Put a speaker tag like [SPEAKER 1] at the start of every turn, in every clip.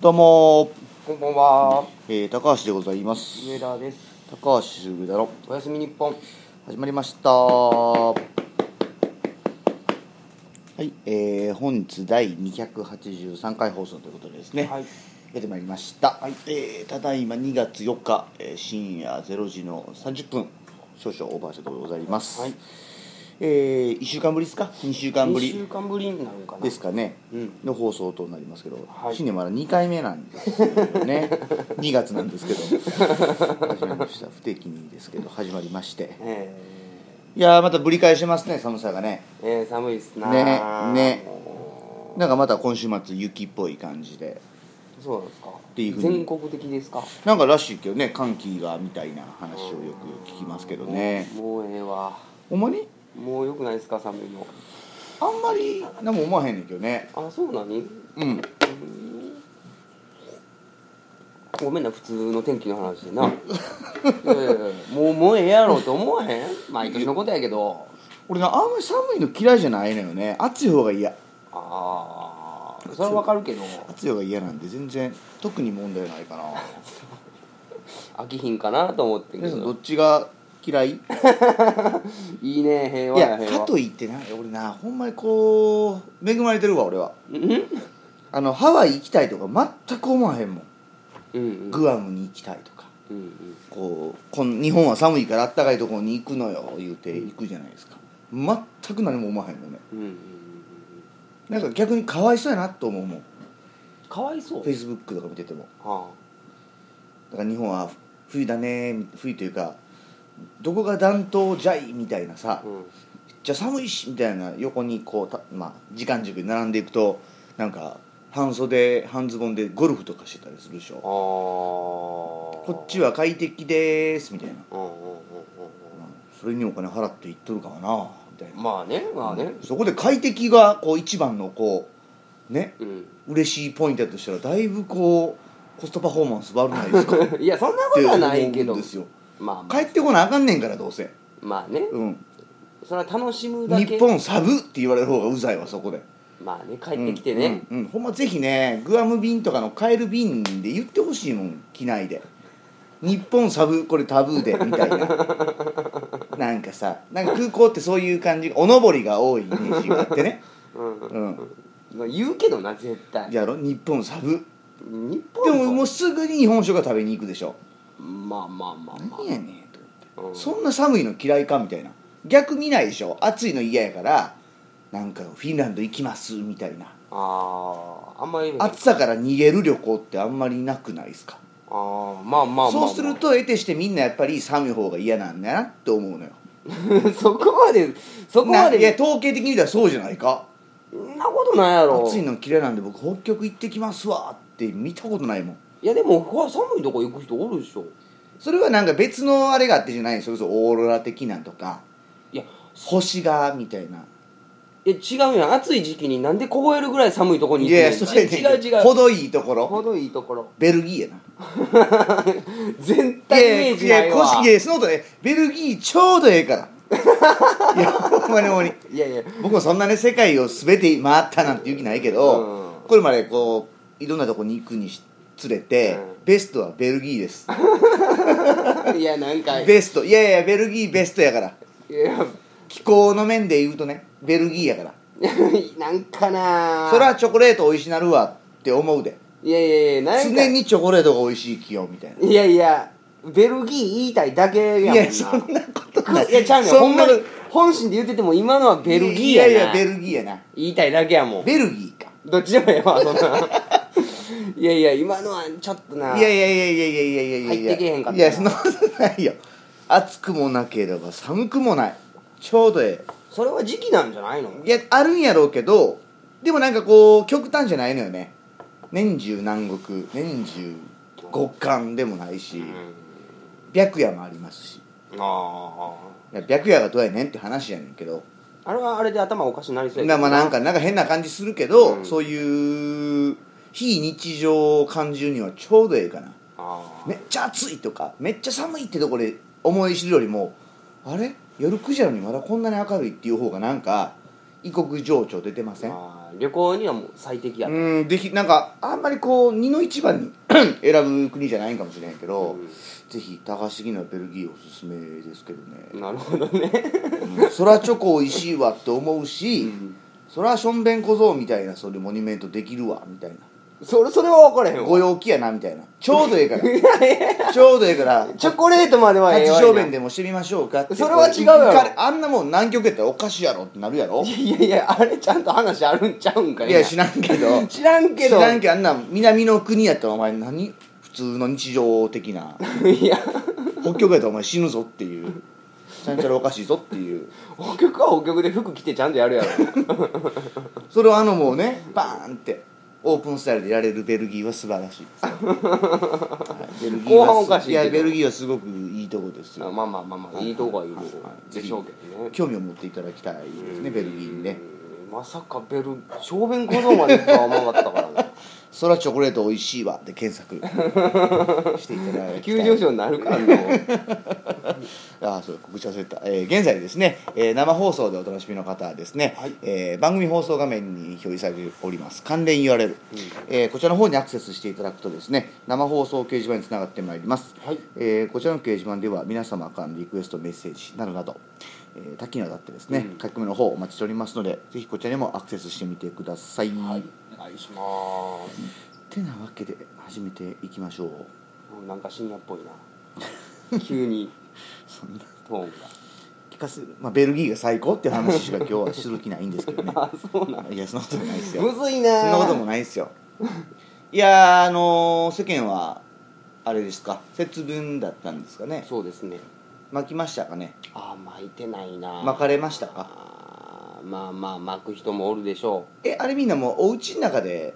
[SPEAKER 1] どうも
[SPEAKER 2] こんばんは。
[SPEAKER 1] ー、えー高橋でございます
[SPEAKER 2] 上田です。
[SPEAKER 1] 高橋上田の
[SPEAKER 2] おやすみ日本。
[SPEAKER 1] 始まりましたはい、えー、本日第283回放送ということでですね、
[SPEAKER 2] はい。
[SPEAKER 1] 出てまいりました、えーただいま2月4日、えー深夜0時の30分少々オーバーしたところでございます、
[SPEAKER 2] はい
[SPEAKER 1] え1週間ぶりですか2週間ぶ
[SPEAKER 2] 二
[SPEAKER 1] り
[SPEAKER 2] 週間ぶりになるのかな。
[SPEAKER 1] ですかね、
[SPEAKER 2] うん
[SPEAKER 1] の放送となりますけど、
[SPEAKER 2] はい
[SPEAKER 1] 新年まだ2回目なんですよ ね2月なんですけど始まりました不定期にですけど始まりまして
[SPEAKER 2] え
[SPEAKER 1] いやーまたぶり返してますね寒さがね
[SPEAKER 2] ー、えー、寒いっすな。
[SPEAKER 1] ねね
[SPEAKER 2] も
[SPEAKER 1] なんかまた今週末雪っぽい感じで
[SPEAKER 2] うそうなんですか。
[SPEAKER 1] ていうふうに
[SPEAKER 2] 全国的ですか。
[SPEAKER 1] なんからしいけどね寒気がみたいな話をよく聞きますけどね
[SPEAKER 2] もうもうええわ。
[SPEAKER 1] ほんまに
[SPEAKER 2] もう良くないですか寒いの。
[SPEAKER 1] あんまり何も思わへんねんけどね
[SPEAKER 2] あ、そうなに。
[SPEAKER 1] うん
[SPEAKER 2] ごめんな普通の天気の話で な。いやいやいやもうもうええやろと思わへん。毎年のことやけど。
[SPEAKER 1] 俺なあんまり寒いの嫌いじゃないのよね暑い方が嫌
[SPEAKER 2] ああ、それはわかるけど。
[SPEAKER 1] 暑い方が嫌なんで全然特に問題ないかな
[SPEAKER 2] 飽きひんかなと思ってんけ
[SPEAKER 1] 皆さんど
[SPEAKER 2] ど
[SPEAKER 1] っちが嫌いい
[SPEAKER 2] いいね平和や
[SPEAKER 1] や
[SPEAKER 2] 平和
[SPEAKER 1] かといってな俺なほんまにこう恵まれてるわ俺は
[SPEAKER 2] うんうん
[SPEAKER 1] あのハワイ行きたいとか全く思わへんもん
[SPEAKER 2] うん
[SPEAKER 1] グアムに行きたいとか
[SPEAKER 2] うんうん
[SPEAKER 1] こうこん日本は寒いからあったかいところに行くのよ言うて行くじゃないですか全く何も思わへんのね
[SPEAKER 2] うんうんうん
[SPEAKER 1] なんか逆にかわいそうやなと思うもん
[SPEAKER 2] かわいそう
[SPEAKER 1] フェイスブックとか見てても
[SPEAKER 2] は
[SPEAKER 1] だから日本は冬だね冬というかどこが暖冬じゃいみたいなさ、
[SPEAKER 2] あうん
[SPEAKER 1] じゃあ寒いしみたいな横にこうた、まあ、時間軸に並んでいくとなんか半袖半ズボンでゴルフとかしてたりするでし
[SPEAKER 2] あ
[SPEAKER 1] ょこ
[SPEAKER 2] こ
[SPEAKER 1] っちは快適ですみたいな、
[SPEAKER 2] うんうんうんうん
[SPEAKER 1] うんそれにお金払って行っとるからなみたい
[SPEAKER 2] うん
[SPEAKER 1] な、
[SPEAKER 2] まあねまあね
[SPEAKER 1] そこで快適がこう一番のこうね
[SPEAKER 2] うん
[SPEAKER 1] 嬉しいポイントだとしたらだいぶこうコストパフォーマンス悪ないですかって
[SPEAKER 2] いや そんなこと
[SPEAKER 1] 思
[SPEAKER 2] は
[SPEAKER 1] うん
[SPEAKER 2] ないけど
[SPEAKER 1] ですよ
[SPEAKER 2] まあまあ
[SPEAKER 1] 帰ってこなあかんねんからどうせ、
[SPEAKER 2] まあね
[SPEAKER 1] うん、
[SPEAKER 2] それは楽しむだけ
[SPEAKER 1] 日本寒って言われる方がうざいわそこで。
[SPEAKER 2] まあね帰ってきてね
[SPEAKER 1] うんうんうんほんまぜひねグアム便とかの買える便で言ってほしいもん機内で日本サブこれタブーでみたいな なんかさなんか空港ってそういう感じおのぼりが多いイメージがあってね
[SPEAKER 2] うんうん
[SPEAKER 1] うん
[SPEAKER 2] まあ言うけどな絶対
[SPEAKER 1] やろ日本サブ
[SPEAKER 2] 日
[SPEAKER 1] で
[SPEAKER 2] 本
[SPEAKER 1] もも
[SPEAKER 2] も
[SPEAKER 1] うすぐに日本酒が食べに行くでしょ
[SPEAKER 2] まあまあまあま
[SPEAKER 1] 何やねんと
[SPEAKER 2] あうん
[SPEAKER 1] そんな寒いの嫌いかみたいな逆見ないでしょ暑いの嫌やからなんかフィンランド行きますみたいな
[SPEAKER 2] あああんまりあ
[SPEAKER 1] 暑さから逃げる旅行ってあんまりなくないですか
[SPEAKER 2] あーまあまあまあまあ
[SPEAKER 1] そうすると得てしてみんなやっぱり寒い方が嫌なんだなって思うのよ
[SPEAKER 2] そこまでそこま
[SPEAKER 1] ないや
[SPEAKER 2] で
[SPEAKER 1] 統計的に見たらそうじゃないか
[SPEAKER 2] そんなことないやろ
[SPEAKER 1] 暑いの嫌いなんで僕北極行ってきますわって見たことないもん
[SPEAKER 2] いやでもほら寒いとこ行く人おるでしょ
[SPEAKER 1] それはなんか別のあれがあってじゃないそれこそオーロラ的なんとか
[SPEAKER 2] いや
[SPEAKER 1] 星がみたいない
[SPEAKER 2] や違うやん暑い時期になんで凍えるぐらい寒いとこに
[SPEAKER 1] い
[SPEAKER 2] 行くね
[SPEAKER 1] や
[SPEAKER 2] ん
[SPEAKER 1] それね
[SPEAKER 2] 違う違う
[SPEAKER 1] 程いいところ
[SPEAKER 2] どいいところ
[SPEAKER 1] ベルギーやな
[SPEAKER 2] 全体イメージないい
[SPEAKER 1] や腰
[SPEAKER 2] わ
[SPEAKER 1] いやそのことねベルギーちょうどええ からいやほんまにほんまに
[SPEAKER 2] いやいや
[SPEAKER 1] 僕もそんなね世界を全て回ったなんていう気ないけど、
[SPEAKER 2] うん
[SPEAKER 1] これまでこういろんなとこに行くにしつれて、
[SPEAKER 2] うん
[SPEAKER 1] ベストはベルギーです、
[SPEAKER 2] いやなんかい
[SPEAKER 1] ベストいやいやベルギーベストやから
[SPEAKER 2] や
[SPEAKER 1] 気候の面で言うとねベルギーやから
[SPEAKER 2] なんかな
[SPEAKER 1] それはチョコレート美味しなるわって思うで
[SPEAKER 2] いやいやいやなんか
[SPEAKER 1] 常にチョコレートが美味しい気温みたいない
[SPEAKER 2] やいやベルギー言いたいだけやもん
[SPEAKER 1] い
[SPEAKER 2] な
[SPEAKER 1] やそんなことない
[SPEAKER 2] くいやちゃうねん
[SPEAKER 1] そ
[SPEAKER 2] ほ
[SPEAKER 1] ん
[SPEAKER 2] ん
[SPEAKER 1] な
[SPEAKER 2] ま
[SPEAKER 1] こと
[SPEAKER 2] に本心で言ってても今のはベルギーやない
[SPEAKER 1] やいやベルギーやな
[SPEAKER 2] 言いたいだけやもん
[SPEAKER 1] ベルギーか
[SPEAKER 2] どっちでもええわそんないやいや今のはちょっとない
[SPEAKER 1] やいやいやいやいやいやいやいやいや
[SPEAKER 2] 入ってけへんかった
[SPEAKER 1] いやそんなことないよ暑くもなければ寒くもないちょうどええ
[SPEAKER 2] それは時期なんじゃないの
[SPEAKER 1] いやあるんやろうけどでもなんかこう極端じゃないのよね年中南国年中極寒でもないし、白夜もありますし
[SPEAKER 2] ああ
[SPEAKER 1] いや白夜がどうやねんって話やねんけど
[SPEAKER 2] あれはあれで頭おかしになりそうや
[SPEAKER 1] な,、まあ、なんかなんか変な感じするけど、
[SPEAKER 2] うん
[SPEAKER 1] そういう非日常を感じるにはちょうどええかな
[SPEAKER 2] ああ
[SPEAKER 1] めっちゃ暑いとかめっちゃ寒いってとこで思い知るよりもあれ夜9時なのにまだこんなに明るいっていう方がなんか異国情緒出てません
[SPEAKER 2] ま旅行にはもう最適やと、
[SPEAKER 1] うんできなんかあんまりこう二の一番に 選ぶ国じゃないんかもしれんけど、
[SPEAKER 2] うん
[SPEAKER 1] ぜひ高橋的なベルギーおすすめですけどね、
[SPEAKER 2] なるほどね
[SPEAKER 1] うん、そらチョコ美味しいわって思うし、そらしょんべん小僧みたいなそういうモニュメントできるわみたいな
[SPEAKER 2] それそれは分からへん
[SPEAKER 1] ご
[SPEAKER 2] わ
[SPEAKER 1] 陽気やなみたいなちょうどええ からちょうどええから
[SPEAKER 2] チョコレートまではえ
[SPEAKER 1] 立ち
[SPEAKER 2] えわいな
[SPEAKER 1] 小便でもしてみましょうかって
[SPEAKER 2] それは違うやろ
[SPEAKER 1] これあんなもん南極やったらおかしいやろってなるやろ
[SPEAKER 2] いやいやあれちゃんと話あるんちゃうんかい
[SPEAKER 1] いや知らんけど
[SPEAKER 2] 知らんけど
[SPEAKER 1] 知らんけどあんなん南の国やったらお前何普通の日常的ない
[SPEAKER 2] や
[SPEAKER 1] 北極やったらお前死ぬぞっていうちゃんちゃらおかしいぞっていう
[SPEAKER 2] 北極は北極で服着てちゃんとやるやろ
[SPEAKER 1] それをあのもうねバーンってオープンスタイルでやれるベルギーは素晴らしいですよ、はいベルギーは
[SPEAKER 2] 後半おかしいけど
[SPEAKER 1] やベルギーはすごくいいとこです
[SPEAKER 2] まあ
[SPEAKER 1] よ
[SPEAKER 2] まあまあまあいいとこはいいと
[SPEAKER 1] は
[SPEAKER 2] こ
[SPEAKER 1] いはい
[SPEAKER 2] でしょうけどね
[SPEAKER 1] 興味を持っていただきたいですねベルギーにね
[SPEAKER 2] うんまさかベル小便小僧まで行くとは思わなかっ たからな
[SPEAKER 1] 「そらチョコレートおいしいわ」で検索していただきたい
[SPEAKER 2] 急上昇になるからな
[SPEAKER 1] ああそう告知忘れてた、えー現在ですね、えー生放送でお楽しみの方はですね、
[SPEAKER 2] はい
[SPEAKER 1] えー番組放送画面に表示されております関連 URL、えーこちらの方にアクセスしていただくとですね生放送掲示板につながってまいります、
[SPEAKER 2] はい
[SPEAKER 1] えーこちらの掲示板では皆様からのリクエストメッセージなどなど、えー多岐にわたってですね、書き込みの方お待ちしておりますのでぜひこちらにもアクセスしてみてください、
[SPEAKER 2] はいお願いします
[SPEAKER 1] てなわけで始めていきましょう
[SPEAKER 2] うんなんか深夜っぽい な急に
[SPEAKER 1] そんな
[SPEAKER 2] トーンが
[SPEAKER 1] 聞かせる、まあ、ベルギーが最高っていう話しか今日はする気ないんですけどね
[SPEAKER 2] あそうなん
[SPEAKER 1] いやそんなことないですよ
[SPEAKER 2] むずいな
[SPEAKER 1] そんなこともないですよいやーあのー世間はあれですか節分だったんですかね
[SPEAKER 2] そうですね
[SPEAKER 1] 巻きましたかね
[SPEAKER 2] あー巻いてないな
[SPEAKER 1] 巻かれましたか
[SPEAKER 2] あーまあまあ巻く人もおるでしょ
[SPEAKER 1] えあれみんなもうお家の中で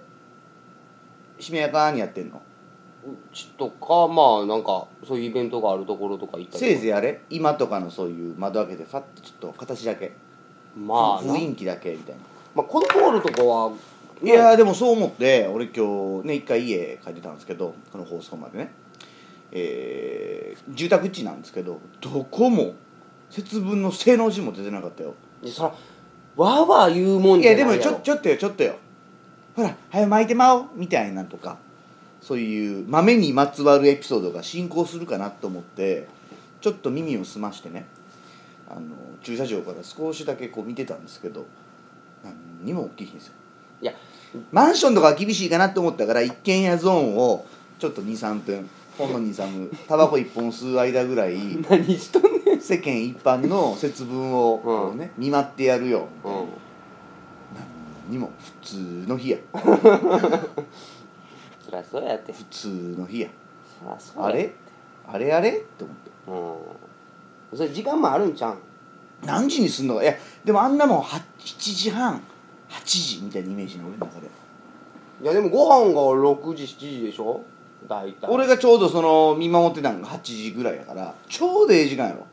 [SPEAKER 1] しめやかにやってんの
[SPEAKER 2] ううちとかまあなんかそういうイベントがあるところとか行った
[SPEAKER 1] せ
[SPEAKER 2] り
[SPEAKER 1] いぜいあれ今とかのそういう窓開けてファッとちょっと形だけ
[SPEAKER 2] まあな
[SPEAKER 1] 雰囲気だけみたいな
[SPEAKER 2] まあこのホールとかはい
[SPEAKER 1] やーでもそう思って俺今日ね一回家帰ってたんですけどこの放送までねえー住宅地なんですけどどこも節分の正の字も出てなかったよ
[SPEAKER 2] いやそらわーわー言うもん
[SPEAKER 1] い
[SPEAKER 2] じゃ
[SPEAKER 1] や
[SPEAKER 2] な
[SPEAKER 1] で
[SPEAKER 2] いやろ
[SPEAKER 1] もちょちょっとよちょっとよほら早巻いてまおうみたいなんとかそういう豆にまつわるエピソードが進行するかなと思ってちょっと耳を澄ましてねあの駐車場から少しだけこう見てたんですけど何にも大きいんですよ
[SPEAKER 2] いや
[SPEAKER 1] マンションとかは厳しいかなと思ったから一軒家ゾーンをちょっと23分ほんの23分タバコ1本吸う間ぐらい
[SPEAKER 2] 何しとんねん、
[SPEAKER 1] 世間一般の節分をこう、ね見舞ってやるよ
[SPEAKER 2] うん、
[SPEAKER 1] にも普通の日や
[SPEAKER 2] そりゃそうやって
[SPEAKER 1] 普通の日や
[SPEAKER 2] そりゃそうや
[SPEAKER 1] あれあれあれって思って
[SPEAKER 2] うんそれ時間もあるんちゃうん
[SPEAKER 1] 何時にすんのかいやでもあんなもんは7時半8時みたいなイメージの俺の中で
[SPEAKER 2] いやでもご飯が6時7時でしょ大体
[SPEAKER 1] 俺がちょうどその見守ってたのが8時ぐらいやからちょうどええ時間やろ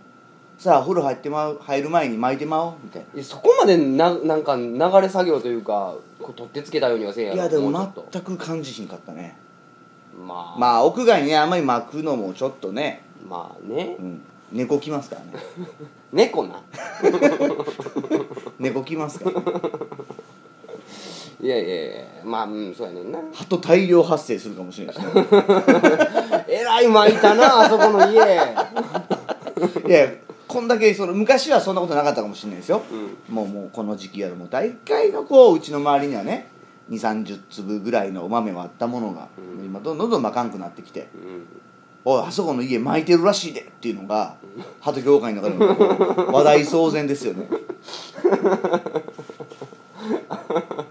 [SPEAKER 1] さあお風呂入ってまう入る前に巻いてまおうみたいない
[SPEAKER 2] やそこまでななんか流れ作業というかこう取ってつけたようにはせえやろ
[SPEAKER 1] いやでも
[SPEAKER 2] うちょっと
[SPEAKER 1] 全く感じひんかったね
[SPEAKER 2] まあまあ
[SPEAKER 1] まあ屋外にねあんまり巻くのもちょっとね、
[SPEAKER 2] ね
[SPEAKER 1] うん、猫来ますからね
[SPEAKER 2] 猫な
[SPEAKER 1] 猫来ますから、ね、
[SPEAKER 2] いやいやいやまあうんそうやねんな
[SPEAKER 1] 鳩大量発生するかもしれないしね
[SPEAKER 2] えらい巻いたな あそこの家
[SPEAKER 1] いやこんだけその昔はそんなことなかったかもしれないですよ、
[SPEAKER 2] う
[SPEAKER 1] もうもうこの時期やろもう大概のこううちの周りにはね2 3 0粒ぐらいのお豆はあったものが、
[SPEAKER 2] うん
[SPEAKER 1] 今どんどんどんまかんくなってきて
[SPEAKER 2] うん
[SPEAKER 1] 「おいあそこの家巻いてるらしいで」っていうのが鳩業界の中でもこう話題騒然ですよね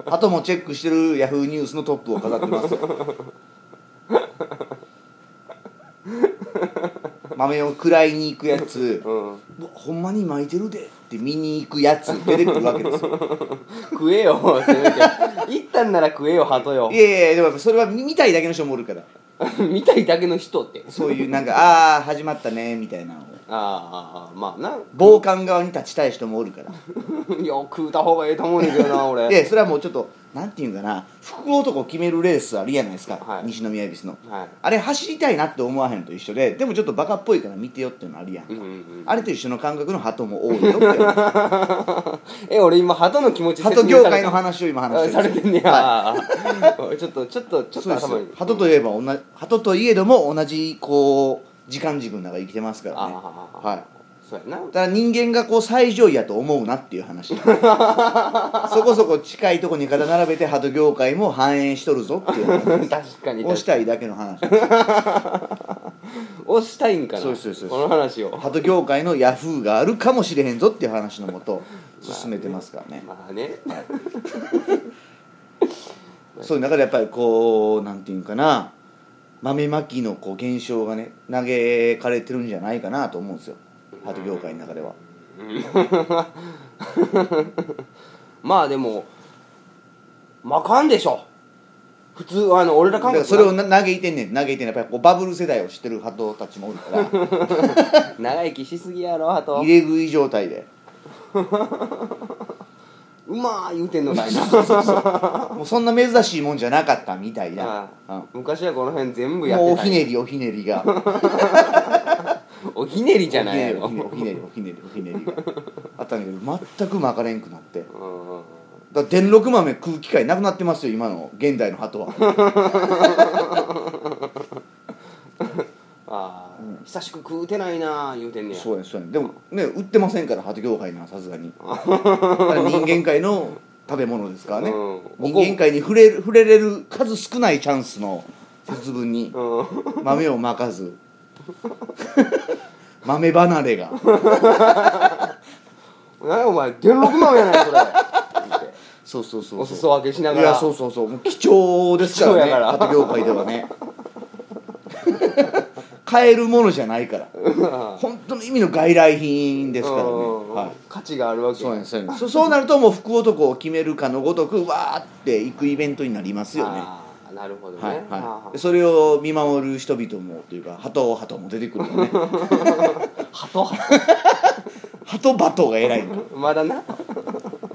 [SPEAKER 1] 鳩もチェックしてるヤフーニュースのトップを飾ってますよ豆を食らいに行くやつ
[SPEAKER 2] うん
[SPEAKER 1] うわほんまに巻いてるでって見に行くやつ出てくるわけですよ
[SPEAKER 2] 食えよせめて行ったんなら食えよ鳩よ
[SPEAKER 1] いやいやいやでもやっぱそれは見見たいだけの人もおるから
[SPEAKER 2] 見たいだけの人って
[SPEAKER 1] そういうなんかああー始まったねみたいなのを
[SPEAKER 2] ああまあな
[SPEAKER 1] 傍観側に立ちたい人もおるから
[SPEAKER 2] よく食うた方がええと思うねんだけどな俺
[SPEAKER 1] でそれはもうちょっとなんていうんかな福男を決めるレースあるやないですか、
[SPEAKER 2] はい
[SPEAKER 1] 西宮恵比寿の
[SPEAKER 2] はい
[SPEAKER 1] あれ走りたいなって思わへんと一緒ででもちょっとバカっぽいから見てよっていうのあるやん、
[SPEAKER 2] うんうんうん
[SPEAKER 1] あれと一緒の感覚の鳩も多いよっ ていう
[SPEAKER 2] え俺今鳩の気持ち
[SPEAKER 1] 鳩業界の
[SPEAKER 2] 話
[SPEAKER 1] 話を今話
[SPEAKER 2] あ
[SPEAKER 1] して
[SPEAKER 2] さ
[SPEAKER 1] る
[SPEAKER 2] れ
[SPEAKER 1] んで
[SPEAKER 2] て
[SPEAKER 1] す
[SPEAKER 2] んね
[SPEAKER 1] よ
[SPEAKER 2] や、
[SPEAKER 1] は
[SPEAKER 2] ちょっとちょっとち
[SPEAKER 1] い
[SPEAKER 2] ょっ
[SPEAKER 1] そうです
[SPEAKER 2] と頭に
[SPEAKER 1] よ鳩といえば同じ鳩といえども同じこう時間軸の中で生きてますから
[SPEAKER 2] あ
[SPEAKER 1] ね
[SPEAKER 2] あ、
[SPEAKER 1] はい
[SPEAKER 2] そうやな
[SPEAKER 1] だから人間がこう最上位やと思うなっていう話そこそこ近いとこに肩並べて鳩業界も反映しとるぞっていう話
[SPEAKER 2] 確かに
[SPEAKER 1] 押したいだけの 話です
[SPEAKER 2] 押したいんかな
[SPEAKER 1] そうですそうです
[SPEAKER 2] この話を
[SPEAKER 1] 鳩業界のヤフーがあるかもしれへんぞっていう話のもと進めてますからね
[SPEAKER 2] まあね
[SPEAKER 1] そういう中でやっぱりこうなんていうんかな豆まきのこう現象がね嘆かれてるんじゃないかなと思うんですよ鳩業界の中では
[SPEAKER 2] まあでもまかんでしょ普通あの俺
[SPEAKER 1] だ
[SPEAKER 2] ら
[SPEAKER 1] か
[SPEAKER 2] 韓
[SPEAKER 1] ら
[SPEAKER 2] 国
[SPEAKER 1] それをな嘆いてんねん嘆いてんねんやっぱりこうバブル世代を知ってる鳩たちもおるから
[SPEAKER 2] 長生きしすぎやろあと
[SPEAKER 1] 入れ食い状態で
[SPEAKER 2] うまー言うてんのかい
[SPEAKER 1] もうそんな珍しいもんじゃなかったみたいな
[SPEAKER 2] な、
[SPEAKER 1] うん
[SPEAKER 2] あ昔はこの辺全部やっ
[SPEAKER 1] もうお
[SPEAKER 2] てた
[SPEAKER 1] ひねりおひねりが
[SPEAKER 2] おひねりじゃないや
[SPEAKER 1] お
[SPEAKER 2] ろ
[SPEAKER 1] ひねりおひねりおひねりおひねりおひねりがあったんだけど全く巻かれんくなって
[SPEAKER 2] うん
[SPEAKER 1] だから電録豆食う機会なくなってますよ今の現代の鳩は
[SPEAKER 2] ああ、久しく食うてないなー言うてんねや
[SPEAKER 1] そうやねそうやねでもね売ってませんから鳩業界にはさすがにだから人間界の食べ物ですからね、
[SPEAKER 2] うん
[SPEAKER 1] 人間界に触れる触れれる数少ないチャンスの節分に
[SPEAKER 2] うん
[SPEAKER 1] 豆をまかず 豆離れが
[SPEAKER 2] 何やお前元禄豆やないそれ
[SPEAKER 1] そうそうそうそう
[SPEAKER 2] お裾分けしなが
[SPEAKER 1] いや
[SPEAKER 2] ら
[SPEAKER 1] そうそうそうもう貴重ですか
[SPEAKER 2] 貴重やから
[SPEAKER 1] らね鳩業界ではね買えるものじゃないから本当の意味の外来品ですからね、
[SPEAKER 2] うん
[SPEAKER 1] はい、
[SPEAKER 2] 価値があるわけ
[SPEAKER 1] そうなんですそうなんですそそうなるともう福男を決めるかのごとくわーって行くイベントになりますよね
[SPEAKER 2] ああなるほどね、
[SPEAKER 1] はい
[SPEAKER 2] あ
[SPEAKER 1] は
[SPEAKER 2] あ
[SPEAKER 1] いで、それを見守る人々もというか鳩を鳩も出てくるよね
[SPEAKER 2] 鳩
[SPEAKER 1] 鳩バトが偉いの
[SPEAKER 2] まだな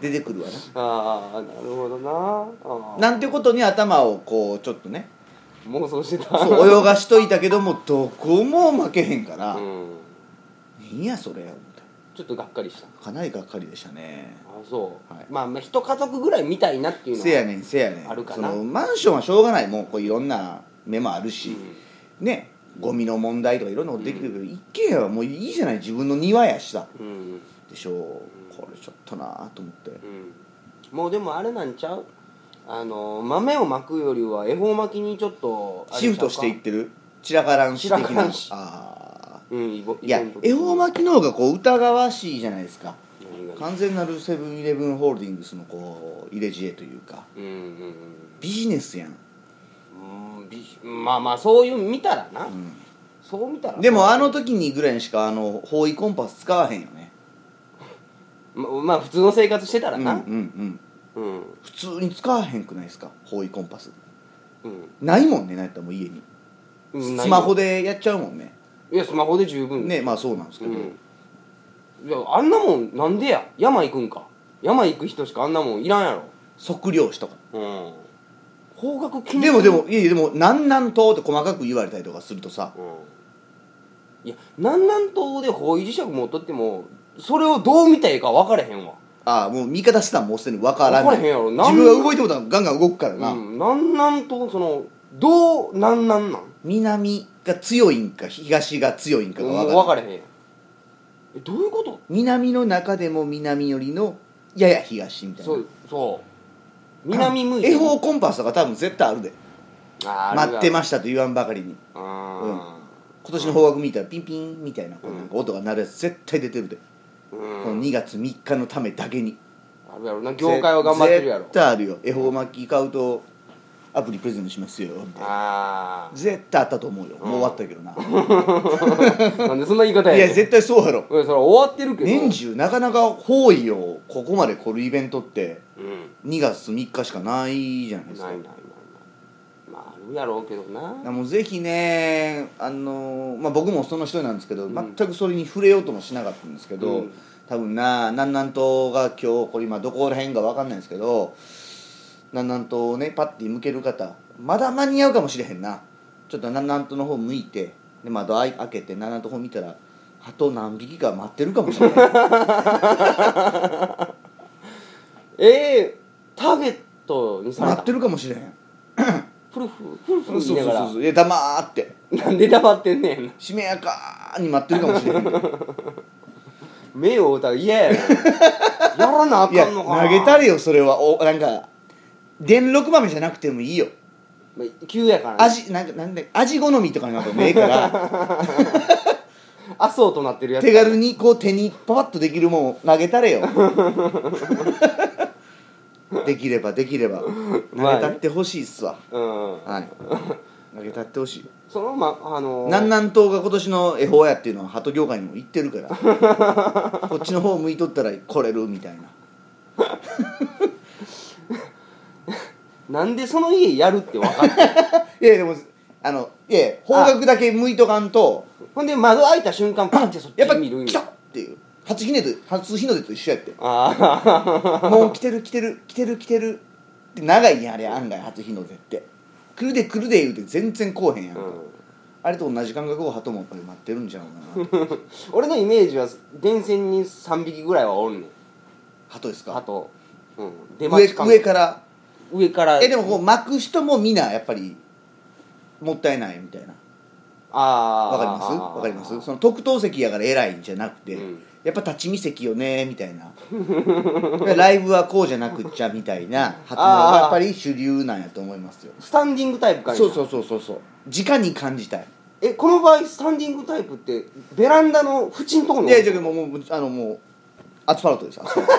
[SPEAKER 1] 出てくるわな
[SPEAKER 2] ああなるほどなああ
[SPEAKER 1] なんてことに頭をこうちょっとね
[SPEAKER 2] 妄想してた
[SPEAKER 1] そう泳がしといたけどもどこも負けへんから、
[SPEAKER 2] うん
[SPEAKER 1] いやそれ思って
[SPEAKER 2] ちょっとがっかりしたあ
[SPEAKER 1] かなりがっかりでしたね
[SPEAKER 2] そう、
[SPEAKER 1] はい
[SPEAKER 2] まあまあ一家族ぐらい見たいなっていうのは
[SPEAKER 1] せやねんせやねん
[SPEAKER 2] あるか
[SPEAKER 1] そ
[SPEAKER 2] な
[SPEAKER 1] のマンションはしょうがないもうこういろんな目もある
[SPEAKER 2] う
[SPEAKER 1] し、
[SPEAKER 2] ん
[SPEAKER 1] ねゴミの問題とかいろんなことできるけど、一軒家はもういいじゃない自分の庭やしさ
[SPEAKER 2] うん
[SPEAKER 1] でしょうこれちょっとなあと思って
[SPEAKER 2] うんもうでもあれなんちゃうあの豆をまくよりは恵方巻きにちょっとあれち
[SPEAKER 1] シ
[SPEAKER 2] ゃう
[SPEAKER 1] フ
[SPEAKER 2] か
[SPEAKER 1] トしていってる散らからんし的
[SPEAKER 2] 散ら
[SPEAKER 1] な
[SPEAKER 2] からんし
[SPEAKER 1] あ
[SPEAKER 2] うんいぼ
[SPEAKER 1] ーいや
[SPEAKER 2] イベント
[SPEAKER 1] 恵方巻きの方がこう疑わしいじゃないですか
[SPEAKER 2] 何が
[SPEAKER 1] 完全なるセブンイレブンホールディングスのこう入れ知恵というか
[SPEAKER 2] うんうん
[SPEAKER 1] ビジネスやん、
[SPEAKER 2] うんうんびまあまあそういう見たらな、
[SPEAKER 1] うん
[SPEAKER 2] そう見たら
[SPEAKER 1] でもあの時にぐらいにしかあの方位コンパス使わへんよね
[SPEAKER 2] ままあ普通の生活してたら
[SPEAKER 1] うんうんう
[SPEAKER 2] なんうん、うん
[SPEAKER 1] 普通に使わへんくないですか方位コンパスないもんねなんやったらもう家に
[SPEAKER 2] うんない
[SPEAKER 1] スマホでやっちゃうもんね
[SPEAKER 2] いやスマホで十分
[SPEAKER 1] ねまあそうなんですけ
[SPEAKER 2] う
[SPEAKER 1] ど、
[SPEAKER 2] んいやあんなもんなんでや山行くんか山行く人しかあんなもんいらんや
[SPEAKER 1] 測量士とか
[SPEAKER 2] ろうん方角気にする
[SPEAKER 1] でもでもいやいやでも南南東って細かく言われたりとかするとさ
[SPEAKER 2] いや南南東で方位磁石持っとってもそれをどう見たらいいか分からへんわ
[SPEAKER 1] ああもう見方したらもうすでに分から
[SPEAKER 2] 分
[SPEAKER 1] な
[SPEAKER 2] か
[SPEAKER 1] い
[SPEAKER 2] らへんやろ
[SPEAKER 1] 自分が動いてもガンガン動くからな、
[SPEAKER 2] うん、南南東そのどう南南なん
[SPEAKER 1] 南が強いんか東が強いんかが
[SPEAKER 2] もう
[SPEAKER 1] 分
[SPEAKER 2] 分
[SPEAKER 1] からな
[SPEAKER 2] か
[SPEAKER 1] い
[SPEAKER 2] らへんやんえどういうこと
[SPEAKER 1] 南の中でも南寄りのやや東みたいな
[SPEAKER 2] そうそう南向いて
[SPEAKER 1] 恵方コンパスとか多分絶対あるで待って
[SPEAKER 2] す
[SPEAKER 1] ましたと言わんばかりに
[SPEAKER 2] あ
[SPEAKER 1] 今年の方角見たらピンピンみたいなこうなんか音が鳴るやつ絶対出てるで、
[SPEAKER 2] ーうん
[SPEAKER 1] この2月3日のためだけに
[SPEAKER 2] あるやろな業界は頑張ってるやろ
[SPEAKER 1] 絶対あるよ恵方巻き買うとアプリプレゼントしますよみたいな
[SPEAKER 2] あ
[SPEAKER 1] 絶対あったと思うよ、もう終わったけどな
[SPEAKER 2] あなんでそんな言い方や
[SPEAKER 1] い
[SPEAKER 2] ねん
[SPEAKER 1] や絶対そうやろ
[SPEAKER 2] うんそれ終わってるけど
[SPEAKER 1] 年中なかなか方位をここまで来るイベントって
[SPEAKER 2] うん
[SPEAKER 1] 2月3日しかないじゃないです
[SPEAKER 2] な
[SPEAKER 1] か
[SPEAKER 2] いないないないまああるやろうけどな
[SPEAKER 1] あもうぜひねあのまあ、僕もその一人なんですけど、
[SPEAKER 2] ん
[SPEAKER 1] 全くそれに触れようともしなかったんですけど、
[SPEAKER 2] うん
[SPEAKER 1] 多分な南南東が今日これ今どこら辺か分かんないんですけど南南東をねパッて向ける方まだ間に合うかもしれへんなちょっと南南東の方向いてで窓開開けて南南東の方見たら鳩何匹か待ってるかもし れない
[SPEAKER 2] ええターゲットにされ
[SPEAKER 1] 待
[SPEAKER 2] た
[SPEAKER 1] ってるかもしれへん
[SPEAKER 2] フルフルフルフ
[SPEAKER 1] そう
[SPEAKER 2] ル
[SPEAKER 1] そうそ
[SPEAKER 2] 言いな
[SPEAKER 1] う
[SPEAKER 2] がら
[SPEAKER 1] そういや黙って
[SPEAKER 2] なんで黙ってんねん
[SPEAKER 1] しめやかに待ってるかもしれへん
[SPEAKER 2] 目を覆うたら嫌 やなやらなあ
[SPEAKER 1] いや
[SPEAKER 2] かんのかな
[SPEAKER 1] 投げた
[SPEAKER 2] り
[SPEAKER 1] れよそれはおなんか電力豆じゃなくてもいいよ
[SPEAKER 2] 急やからね
[SPEAKER 1] 味なんかなんで味好みとかなんかもええから
[SPEAKER 2] 麻生となってるやつ
[SPEAKER 1] 手軽にこう手にパパッとできるもんを投げたれ よできればできれば
[SPEAKER 2] まあ
[SPEAKER 1] 投げたってほしいっすわ
[SPEAKER 2] うん
[SPEAKER 1] はい投げたってほしい
[SPEAKER 2] そのまあの
[SPEAKER 1] 南南東が今年の恵方やっていうのは鳩業界にも行ってるから こっちの方向いとったら来れるみたいな
[SPEAKER 2] なんでその家やるって分 かった
[SPEAKER 1] いやいやでもあのいやいや方角だけ向いとかんと
[SPEAKER 2] ほんで窓開いた瞬間パンってそっち
[SPEAKER 1] やっぱ
[SPEAKER 2] 見るん
[SPEAKER 1] り来た
[SPEAKER 2] や
[SPEAKER 1] っていう初日の出と初日の出と一緒やって
[SPEAKER 2] ああ
[SPEAKER 1] もう来てる来てる来てる来てるって長いやんあれ案外初日の出って来るで来るで言うて全然来おへんやんか、
[SPEAKER 2] うん
[SPEAKER 1] あれと同じ感覚を鳩もやっぱり待ってるんじゃうかな
[SPEAKER 2] 俺のイメージは電線に3匹ぐらいはおるねん
[SPEAKER 1] 鳩ですか
[SPEAKER 2] 鳩うん出
[SPEAKER 1] 上
[SPEAKER 2] 待ち感
[SPEAKER 1] 上から
[SPEAKER 2] 上から
[SPEAKER 1] えでもこう巻く人も皆やっぱりもったいないみたいな
[SPEAKER 2] ああ
[SPEAKER 1] わかりますわかりますその特等席やから偉いんじゃなくて、
[SPEAKER 2] うん
[SPEAKER 1] やっぱ立ち見席よねみたいなライブはこうじゃなくっちゃみたいな鳩の方がやっぱり主流なんやと思いますよ
[SPEAKER 2] スタンディングタイプかいな
[SPEAKER 1] そうそうそうそうそう直に感じたい
[SPEAKER 2] えこの場合スタンディングタイプってベランダの縁のとこに
[SPEAKER 1] いやいやもうもうあのもうアスファルトですアスファルト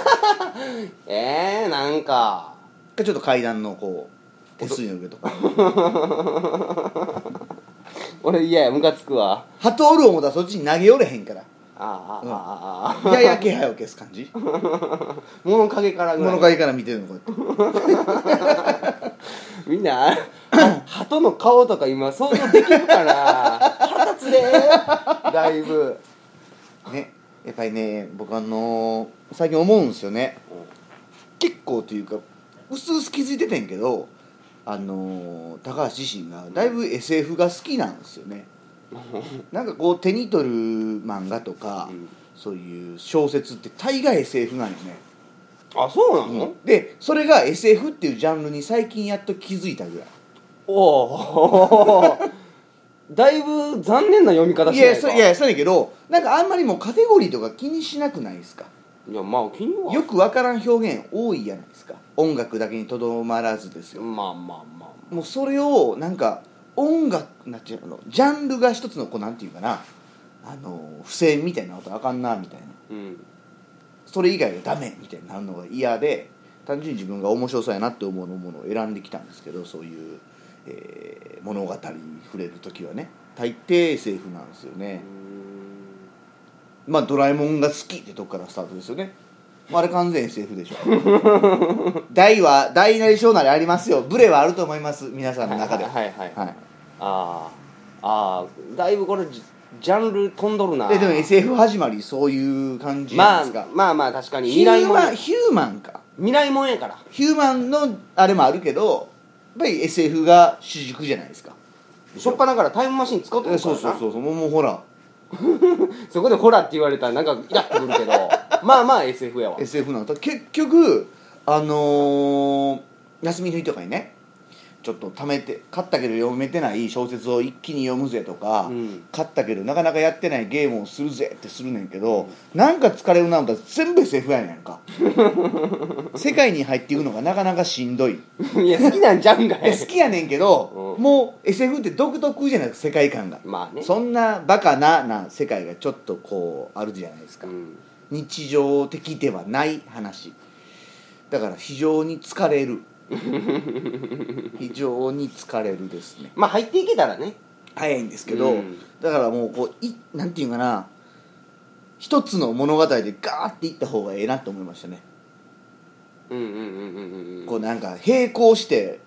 [SPEAKER 2] えー、なんか
[SPEAKER 1] かちょっと階段のこう手すりの上とか
[SPEAKER 2] 俺嫌やムカつくわ
[SPEAKER 1] 鳩おる思ったらそっちに投げ寄れへん から
[SPEAKER 2] あーあー、
[SPEAKER 1] うん
[SPEAKER 2] あーあー
[SPEAKER 1] いやいや気配を消す感じ
[SPEAKER 2] 物陰からぐらい
[SPEAKER 1] 物陰から見てるのこうやって
[SPEAKER 2] みんな鳩の顔とか今想像できるかな 腹立つでだいぶ
[SPEAKER 1] ねやっぱりね僕あのー最近思うんですよね結構というか薄々気づいててんけどあのー高橋自身がだいぶ SF が好きなんですよねなんかこう手に取る漫画とか、
[SPEAKER 2] うん
[SPEAKER 1] そういう小説って大概 SF なんよね
[SPEAKER 2] あそうなの、
[SPEAKER 1] でそれが SF っていうジャンルに最近やっと気づいたぐらい
[SPEAKER 2] おお だいぶ残念な読み方
[SPEAKER 1] い
[SPEAKER 2] しな
[SPEAKER 1] や
[SPEAKER 2] い
[SPEAKER 1] そ
[SPEAKER 2] か
[SPEAKER 1] いやそうやねんけどなんかあんまりもうカテゴリーとか気にしなくないですか
[SPEAKER 2] いやまあ気には
[SPEAKER 1] よくわからん表現多いじゃないですか音楽だけにとどまらずですよ
[SPEAKER 2] まあまあま
[SPEAKER 1] もうそれをなんか音楽なんていうのジャンルが一つのこうなんていうかなあの不正みたいなことあかんなみたいな
[SPEAKER 2] あうん
[SPEAKER 1] それ以外はダメみたいになるのが嫌で単純に自分が面白そうやなって思うものを選んできたんですけどそういう、えー物語に触れる時はね大抵 SF なんですよね、まあ「ドラえもんが好き」ってとこからスタートですよね、まあ、あれ完全 SF でしょ 大は大なり小なりありますよブレはあると思います皆さんの中で
[SPEAKER 2] はいはいはい、
[SPEAKER 1] はい
[SPEAKER 2] ああああだいぶこれジジャンル飛んどるな
[SPEAKER 1] ででも SF 始まりそういう感じなん
[SPEAKER 2] まあ
[SPEAKER 1] ですか、
[SPEAKER 2] まあまあ確かに
[SPEAKER 1] ヒュ
[SPEAKER 2] 未来
[SPEAKER 1] ー
[SPEAKER 2] も
[SPEAKER 1] マ
[SPEAKER 2] ん
[SPEAKER 1] ンヒューマンか
[SPEAKER 2] 未来もんやから
[SPEAKER 1] ヒューマンのあれもあるけどやっぱり SF が主軸じゃないですか
[SPEAKER 2] 初っ端からタイムマシン使って
[SPEAKER 1] え
[SPEAKER 2] るから
[SPEAKER 1] そうそう
[SPEAKER 2] な
[SPEAKER 1] そうそうもうもうほら
[SPEAKER 2] そこでホラーって言われたらなんかイラッとくるけ どまあまあ SF やわ
[SPEAKER 1] SF なんだ結局あのー休みの日とかにねちょっと貯めて買ったけど読めてない小説を一気に読むぜとか、
[SPEAKER 2] うん
[SPEAKER 1] 買ったけどなかなかやってないゲームをするぜってするねんけど、なんか疲れるな思ったら全部 SF やねん か世界に入っていくのがなかなかしんどい
[SPEAKER 2] いや好きなんじゃうんか
[SPEAKER 1] いや
[SPEAKER 2] い
[SPEAKER 1] 好きやねんけど、
[SPEAKER 2] うん
[SPEAKER 1] もう SF って独特じゃないですか世界観が、
[SPEAKER 2] まあね
[SPEAKER 1] そんなバカなな世界がちょっとこうあるじゃないですか、
[SPEAKER 2] うん
[SPEAKER 1] 日常的ではない話だから非常に疲れ る非常に疲れるですね
[SPEAKER 2] まあ入っていけたらね
[SPEAKER 1] 早いんですけど、
[SPEAKER 2] うん
[SPEAKER 1] だからもうこういなんていうかな一つの物語でガーっていった方がええなと思いましたね
[SPEAKER 2] うんうんうんうんうんうん
[SPEAKER 1] こうなんか並行して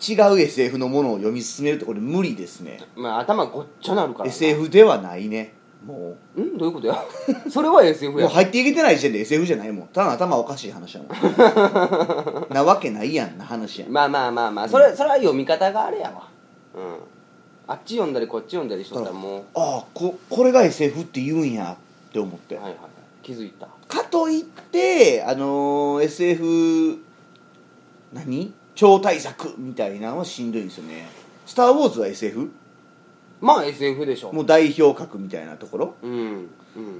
[SPEAKER 1] 違う SF のものを読み進めるってこれ無理ですね
[SPEAKER 2] まあ頭ごっちゃなるからな
[SPEAKER 1] SF ではないねも
[SPEAKER 2] んどういうことや それは
[SPEAKER 1] う
[SPEAKER 2] SF
[SPEAKER 1] もう
[SPEAKER 2] や
[SPEAKER 1] 入っていけてない時点で SF じゃないもんただの頭おかしい話やもん なわけないやんな話やん
[SPEAKER 2] まあまあまあまあそれそれは読み方があれやわうんあっち読んだりこっち読んだりしとったらもう
[SPEAKER 1] ああここれが SF って言うんやって思って、
[SPEAKER 2] はいはいはい気づいた
[SPEAKER 1] かといってあのー SF 何超大作みたいなのはしんどいんですよね「スター・ウォーズ」は SF?
[SPEAKER 2] まあ SF でしょ
[SPEAKER 1] もう代表格みたいなところ
[SPEAKER 2] うんうん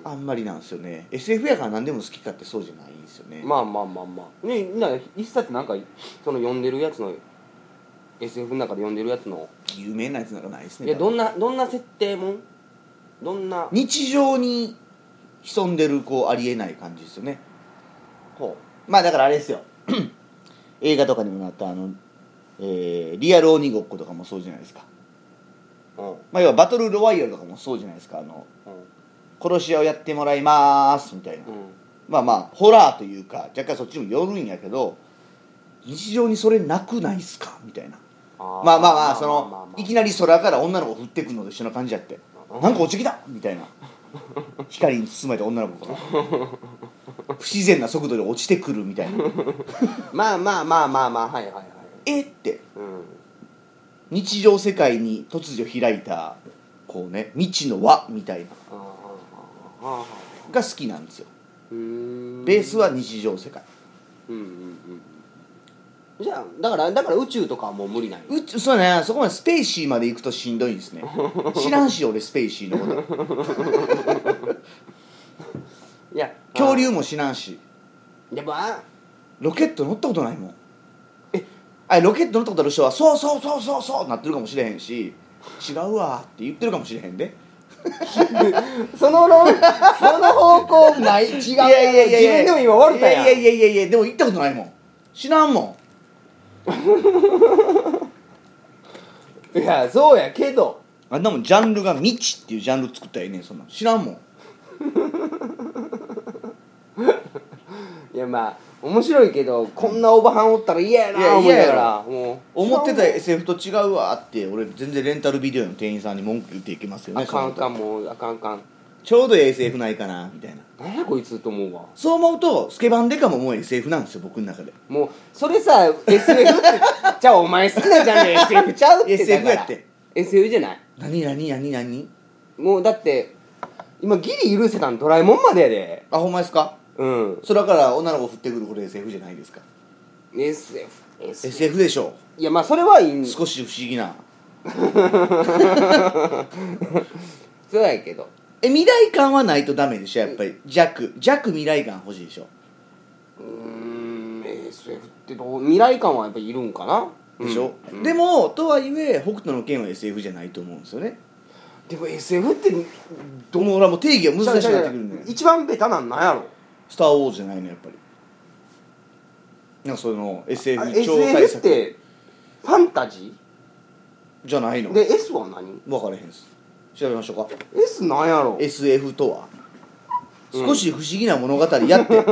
[SPEAKER 1] あんまりなんですよね SF やから何でも好きかってそうじゃないんですよね、
[SPEAKER 2] まあまあまあまあねな一冊なんかその読んでるやつの SF の中で読んでるやつの
[SPEAKER 1] 有名なやつなんかないですね
[SPEAKER 2] いやどんなどんな設定もんどんな
[SPEAKER 1] 日常に潜んでるこうありえない感じですよね
[SPEAKER 2] ほ
[SPEAKER 1] まあだからあれですよ 映画とかにもなったあの、えーリアル鬼ごっことかもそうじゃないですか、
[SPEAKER 2] ううんうん
[SPEAKER 1] まあ、要はバトルロワイヤルとかもそうじゃないですかあの殺し屋をやってもらいますみたいな、まあまあホラーというか若干そっちにもよるんやけど日常にそれなくないっすかみたいな
[SPEAKER 2] あー
[SPEAKER 1] まあまあまあそのいき
[SPEAKER 2] な
[SPEAKER 1] なり空から女の子降ってくるのと一緒な感じやって
[SPEAKER 2] うん
[SPEAKER 1] なんか落ちてきたみたいな光に包まれた女の子が不自然な速度で落ちてくるみたいな
[SPEAKER 2] まあまあまあまあまあはいはいはい
[SPEAKER 1] えって
[SPEAKER 2] うん
[SPEAKER 1] 日常世界に突如開いたこうね未知の輪みたいな
[SPEAKER 2] あーあーあーあー
[SPEAKER 1] が好きなんですよ
[SPEAKER 2] うーん
[SPEAKER 1] ベースは日常世界
[SPEAKER 2] うんうんうんじゃあだからだから宇宙とかはもう無理なんよ
[SPEAKER 1] うちそうねそこまでスペーシーまで行くとしんどいんですね知らんし俺スペーシーの こと
[SPEAKER 2] いや
[SPEAKER 1] 恐竜も知らんし
[SPEAKER 2] でもあ
[SPEAKER 1] ロケット乗ったことないもんあロケット乗ったことある人は「そうそうそうそうそう」なってるかもしれへんし「違うわ」って言ってるかもしれへんで
[SPEAKER 2] その論その方向 ない違う
[SPEAKER 1] いやいやいやいや
[SPEAKER 2] 自分でも今終わるたやん
[SPEAKER 1] いやいやいやいやでも行ったことないもん知らんもん
[SPEAKER 2] いやそうやけど
[SPEAKER 1] あんなもんジャンルが未知っていうジャンル作ったらええねんそんなん知らんもん
[SPEAKER 2] いやまあ面白いけどこんなおばはんおったら嫌や
[SPEAKER 1] いや
[SPEAKER 2] な思いなが
[SPEAKER 1] 嫌や
[SPEAKER 2] ら
[SPEAKER 1] ろ
[SPEAKER 2] もう
[SPEAKER 1] 思ってた SF と違うわって俺全然レンタルビデオの店員さんに文句言っていけますよね
[SPEAKER 2] あかんあか
[SPEAKER 1] その後
[SPEAKER 2] んもうあかんあかん
[SPEAKER 1] ちょうど SF ないかなみたいな
[SPEAKER 2] 何やこいつと思うわ
[SPEAKER 1] そう思うとスケバンデカももう SF なんですよ僕の中で
[SPEAKER 2] もうそ れさ SF ってじゃあお前好きなジャンル SF ちゃうって
[SPEAKER 1] SF
[SPEAKER 2] だから
[SPEAKER 1] やって
[SPEAKER 2] SF じゃない
[SPEAKER 1] 何何何何
[SPEAKER 2] もうだって今ギリ許せたんドラえもんまでやで
[SPEAKER 1] あほんまですか
[SPEAKER 2] うん
[SPEAKER 1] 空から女の子降ってくるこれ SF じゃないですか
[SPEAKER 2] SF, SF
[SPEAKER 1] SF でしょ
[SPEAKER 2] いやまあそれはいいん
[SPEAKER 1] う
[SPEAKER 2] そ
[SPEAKER 1] 少し不思議な
[SPEAKER 2] うやけど
[SPEAKER 1] え未来感はないとダメでしょやっぱり弱弱未来感欲しいでしょ
[SPEAKER 2] うーん SF ってどう未来感はやっぱいるんかな
[SPEAKER 1] でしょ、
[SPEAKER 2] うん
[SPEAKER 1] でもとはいえ北斗の剣は SF じゃないと思うんですよね
[SPEAKER 2] でも SF って
[SPEAKER 1] どもう俺はもう定義が難しくなってくるんだよ
[SPEAKER 2] 一番ベタなんなんやろ
[SPEAKER 1] 「スター・ウォーズ」じゃないのやっぱりなんかその
[SPEAKER 2] あ
[SPEAKER 1] SF 超大
[SPEAKER 2] SF っ
[SPEAKER 1] 作
[SPEAKER 2] てファンタジ
[SPEAKER 1] じゃない
[SPEAKER 2] ー
[SPEAKER 1] の
[SPEAKER 2] で S は何
[SPEAKER 1] 分からへんです調べましょうか
[SPEAKER 2] S なんやろ
[SPEAKER 1] SF とは少し不思議な物語やって、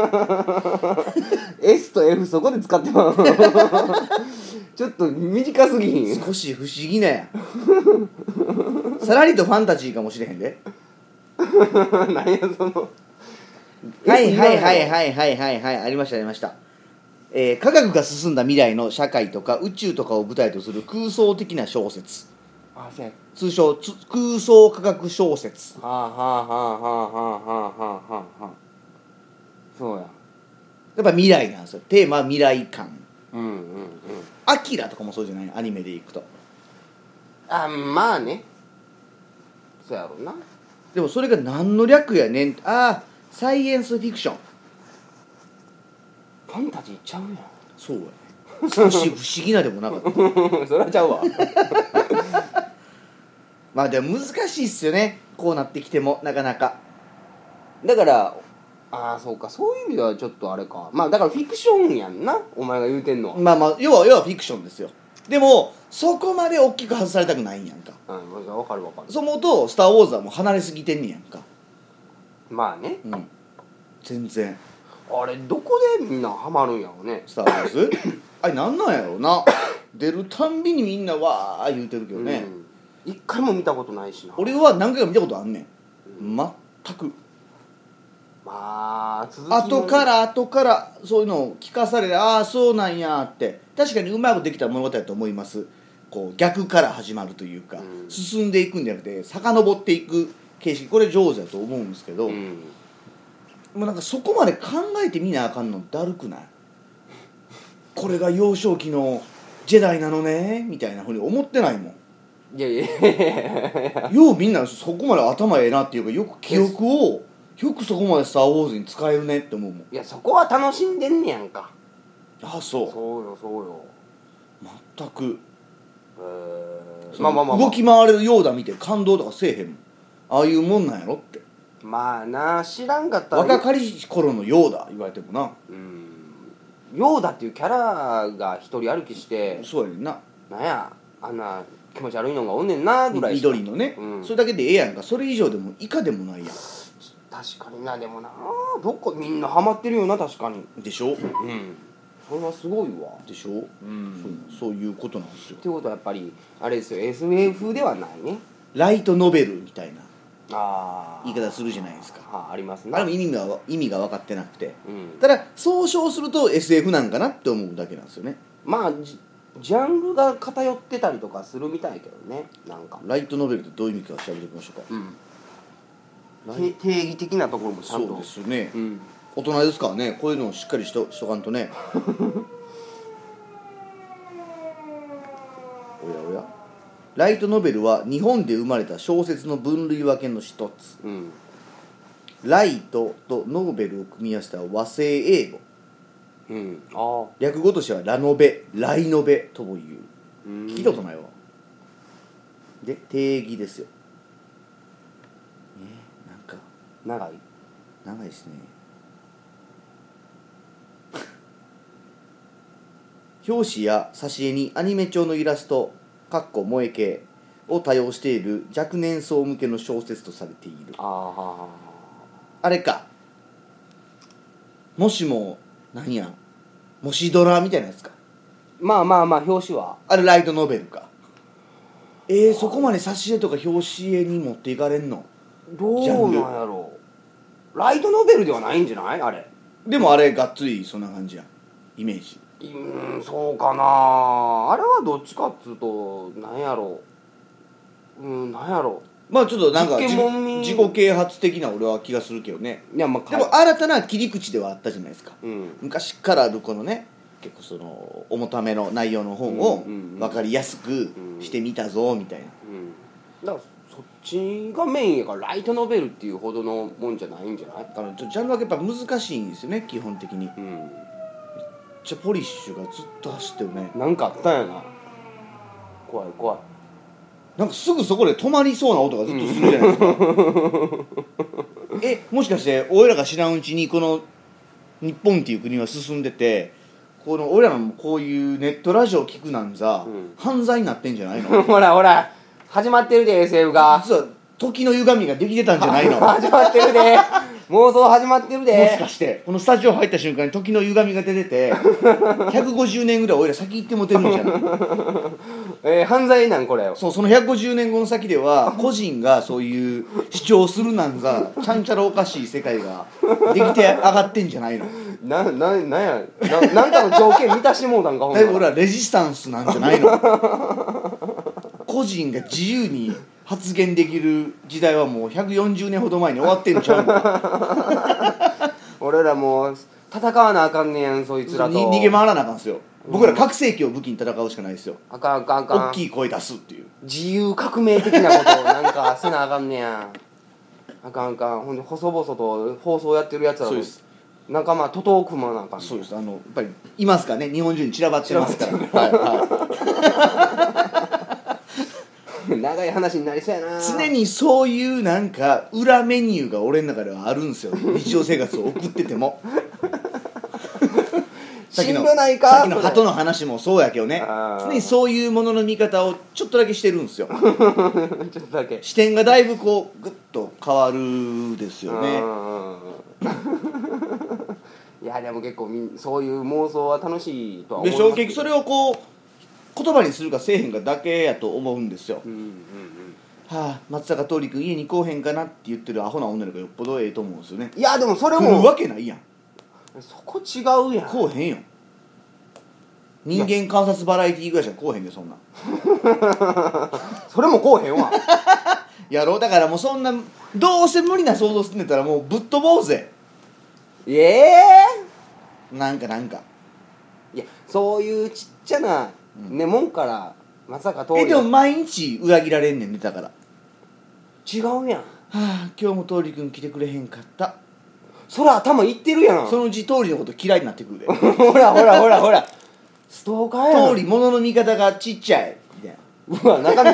[SPEAKER 2] S と F そこで使ってま うちょっと短すぎひん
[SPEAKER 1] 少し不思議なやさらりとファンタジーかもしれへんで
[SPEAKER 2] 何やその
[SPEAKER 1] はいはいはい
[SPEAKER 2] い
[SPEAKER 1] はいはいはいはいありましたありました、えー科学が進んだ未来の社会とか宇宙とかを舞台とする空想的な小説
[SPEAKER 2] あせや
[SPEAKER 1] 通称つ空想科学小説
[SPEAKER 2] はあはあはあはあはあはあはあはあそうや
[SPEAKER 1] やっぱ未来なんですよテーマは未来感
[SPEAKER 2] うんうんうん
[SPEAKER 1] 「アキラ」とかもそうじゃないアニメでいくと
[SPEAKER 2] あまあねそうやろな
[SPEAKER 1] でもそれが何の略やねんああサイエンスフィクション
[SPEAKER 2] ファンタジーちゃう
[SPEAKER 1] そうやね少し不思議なでもなかった
[SPEAKER 2] やん それはちゃうわ
[SPEAKER 1] まあでも難しいっすよねこうなってきてもなかなか
[SPEAKER 2] だからああそうかそういう意味ではちょっとあれかまあだからフィクションやんなお前が言うてんのは、
[SPEAKER 1] まあまあ要は要はフィクションですよでもそこまで大きく外されたくないんやんか
[SPEAKER 2] うん、分かる分かる
[SPEAKER 1] そう思うと「スター・ウォーズ」はもう離れすぎてんねやんか
[SPEAKER 2] まあね
[SPEAKER 1] うん全然
[SPEAKER 2] あれどこでみんなハマるんやろうね
[SPEAKER 1] 「スター・ウォー ズ」あれなんなんやろうな出るたんびにみんなわー言うてるけどね、
[SPEAKER 2] うん一回も見たことないしな
[SPEAKER 1] 俺は何回か見たことあんねん全く
[SPEAKER 2] まあ続きも
[SPEAKER 1] 後から後からそういうのを聞かされてああそうなんやって確かにうまくできた物語だと思いますこう逆から始まるというか、
[SPEAKER 2] うん
[SPEAKER 1] 進んでいくんじゃなくて遡っていく形式これ上手だと思うんですけど、
[SPEAKER 2] う
[SPEAKER 1] も
[SPEAKER 2] ん
[SPEAKER 1] うなんかそこまで考えてみなあかんのだるくないこれが幼少期のジェダイなのねみたいなふうに思ってないもん
[SPEAKER 2] いやいやいやいやいや
[SPEAKER 1] ようみんなそこまで頭ええなっていうかよく記憶をよくそこまで「スター・ウォーズ」に使えるねって思うもん
[SPEAKER 2] いやそこは楽しんでんねやんか
[SPEAKER 1] あそう
[SPEAKER 2] そうよそうよ
[SPEAKER 1] 全く
[SPEAKER 2] えー
[SPEAKER 1] まあ
[SPEAKER 2] ま
[SPEAKER 1] まあま
[SPEAKER 2] あまあま
[SPEAKER 1] あ、
[SPEAKER 2] あ、
[SPEAKER 1] 動
[SPEAKER 2] ま
[SPEAKER 1] き回れるようだ見て感動とかせえへんもんああいうもんなんやろって
[SPEAKER 2] あ、まあな知らんかったら
[SPEAKER 1] 若かりし頃のようだ言われてもな
[SPEAKER 2] うんヨーダっていうキャラが一人歩きして
[SPEAKER 1] そうやねんな
[SPEAKER 2] なんやあんな気持ち悪いのがおんねんなぐらいしか
[SPEAKER 1] 緑のね、
[SPEAKER 2] うん
[SPEAKER 1] それだけでええやんかそれ以上でも以下でもないや
[SPEAKER 2] 確かになでもなどっかみんなハマってるよな確かに
[SPEAKER 1] んでしょ
[SPEAKER 2] うんそれはすごいわ
[SPEAKER 1] でしょ、そう
[SPEAKER 2] っ
[SPEAKER 1] そういうことなんですよ
[SPEAKER 2] てことはやっぱりあれですよ SF 風ではないね
[SPEAKER 1] ライトノベルみたいな
[SPEAKER 2] あ
[SPEAKER 1] 言い方するじゃないですか
[SPEAKER 2] あありますね
[SPEAKER 1] あれも意味が意味が分かってなくて
[SPEAKER 2] うん、
[SPEAKER 1] ただ総称すると SF なんかなって思うだけなんですよね
[SPEAKER 2] まあジジャンルが偏ってたりとかするみたいけどねなんか、
[SPEAKER 1] ライトノベルってどういう意味か調べておきましょうか
[SPEAKER 2] う
[SPEAKER 1] ラ
[SPEAKER 2] ん、て
[SPEAKER 1] イ
[SPEAKER 2] 定義的なところもちゃん
[SPEAKER 1] そう
[SPEAKER 2] と
[SPEAKER 1] ですよね、
[SPEAKER 2] うん、
[SPEAKER 1] 大人ですからねこういうのをしっかりしとしとかんとね おやおやライトノベルは日本で生まれた小説の分類分けの一つ
[SPEAKER 2] うん、
[SPEAKER 1] ライトとノベルを組み合わせた和製英語
[SPEAKER 2] うん、ああ
[SPEAKER 1] 略語としてはラノベライノベともいう聞
[SPEAKER 2] 聞
[SPEAKER 1] いたことないわで定義ですよねなんか
[SPEAKER 2] 長い
[SPEAKER 1] 長いですね 表紙や挿絵にアニメ調のイラストかっこ萌え系を多用している若年層向けの小説とされている
[SPEAKER 2] ああ
[SPEAKER 1] あれかもしも何やもしドラみたいなやつか
[SPEAKER 2] まあまあまあ表紙は
[SPEAKER 1] あれライトノベルかえー、そこまで挿絵とか表紙絵に持っていかれんの
[SPEAKER 2] どうなんやろうライトノベルではないんじゃないあれ
[SPEAKER 1] でもあれがっつりそんな感じやんイメージ
[SPEAKER 2] うーんそうかなあれはどっちかっつうとなんやろううんなんやろ
[SPEAKER 1] まあちょっとなんか
[SPEAKER 2] 実
[SPEAKER 1] 自
[SPEAKER 2] 験もん
[SPEAKER 1] 自己啓発的な俺は気がするけどね
[SPEAKER 2] ういやまあ
[SPEAKER 1] でも新たな切り口ではあったじゃないですか
[SPEAKER 2] うん
[SPEAKER 1] 昔からあるこのね結構その重ための内容の本を
[SPEAKER 2] うんうんうん
[SPEAKER 1] 分かりやすくしてみたぞみたいな
[SPEAKER 2] うんだからそっちがメインやからライトノベルっていうほどのもんじゃないんじゃない
[SPEAKER 1] だからちょっとジャンルはやっぱ難しいんですよね基本的にめっ
[SPEAKER 2] うん
[SPEAKER 1] ちゃポリッシュがずっと走ってるね
[SPEAKER 2] なんかあったんやな怖い怖い
[SPEAKER 1] なんかすぐそこで止まりそうな音がずっとするじゃないですか、 えもしかして俺らが知らんうちにこの日本っていう国は進んでてこの俺らのこういうネットラジオ聞くなんざ、
[SPEAKER 2] うん
[SPEAKER 1] 犯罪になってんじゃないの
[SPEAKER 2] ほらほら始まってるで SF が
[SPEAKER 1] 実は時の歪みができてたんじゃ ないのも
[SPEAKER 2] 始まって るで妄想始まってる
[SPEAKER 1] し
[SPEAKER 2] で
[SPEAKER 1] かしてこのスタジオ入った瞬間に時の歪みが出てて 150年ぐらい俺ら先行ってもてるんじゃない
[SPEAKER 2] えー犯罪なんこれ
[SPEAKER 1] そうその150年後の先では個人がそういう主張するなんざちゃんちゃらおかしい世界ができて上がってんじゃないの
[SPEAKER 2] なななんやななんかの条件満たしてもうたんかほん
[SPEAKER 1] だ
[SPEAKER 2] ないら
[SPEAKER 1] ぶ俺はレジスタンスなんじゃないの個人が自由に発言できる時代はもう140年ほど前に終わってんちゃうの
[SPEAKER 2] 俺らもう戦わなあかんねやんそいつらと
[SPEAKER 1] に逃げ回らなあかんすよ僕ら拡声器を武器に戦うしかないですよ
[SPEAKER 2] あかんあかんあかん
[SPEAKER 1] 大きい声出すっていう
[SPEAKER 2] 自由革命的なことをなんかせなあかんねやあかんあかんほんで細々と放送やってるやつら
[SPEAKER 1] そう
[SPEAKER 2] の
[SPEAKER 1] です
[SPEAKER 2] 仲間徒党組まなあかんね
[SPEAKER 1] そうですあのやっぱりいますからね日本中に散らばってますから、はいはい
[SPEAKER 2] ん 長い話になりそうやな
[SPEAKER 1] 常にそういうなんか裏メニューが俺の中ではあるん ですよ日常生活を送っててもさっき
[SPEAKER 2] しん
[SPEAKER 1] の
[SPEAKER 2] どないか
[SPEAKER 1] さっきの鳩の話もそうやけどね
[SPEAKER 2] あー
[SPEAKER 1] 常にそういうものの見方をちょっとだけしてるんですよ
[SPEAKER 2] ちょっとだけ
[SPEAKER 1] 視点がだいぶこうグッと変わるですよね
[SPEAKER 2] うん うんうんいやでも結構みんそういう妄想は楽しいとは思
[SPEAKER 1] で
[SPEAKER 2] い
[SPEAKER 1] し
[SPEAKER 2] ます
[SPEAKER 1] ょ結局そ
[SPEAKER 2] れ
[SPEAKER 1] れをこう言葉にするかせえへんかだけやと思うんですよ
[SPEAKER 2] うんうん
[SPEAKER 1] はあ松坂桃李君家に来おへんかなって言ってるアホな女の子よっぽどええと思うんですよね
[SPEAKER 2] いやでもそれ
[SPEAKER 1] 来る
[SPEAKER 2] も
[SPEAKER 1] わけないやん
[SPEAKER 2] そこ違うやん
[SPEAKER 1] 来おへんよ人間観察バラエティーぐらいしか来おへんよそんなん
[SPEAKER 2] それもこうへんわ
[SPEAKER 1] やろうだからもうそんなどうせ無理な想像すんねんたらもうぶっ飛ぼうぜ
[SPEAKER 2] ええ
[SPEAKER 1] なんかなんか
[SPEAKER 2] いやそういうちっちゃなね、もんからまさか通
[SPEAKER 1] え
[SPEAKER 2] り
[SPEAKER 1] でも毎日裏切られんねんねだからは
[SPEAKER 2] 違うやん
[SPEAKER 1] あ今日も桃李君来てくれへんかった
[SPEAKER 2] そら頭いってるやん
[SPEAKER 1] そのうち桃李のこと嫌いになってくるで
[SPEAKER 2] ほらほらほらほらストーカーやん
[SPEAKER 1] 桃李物の見方がちっちゃいみたいな
[SPEAKER 2] うわ中身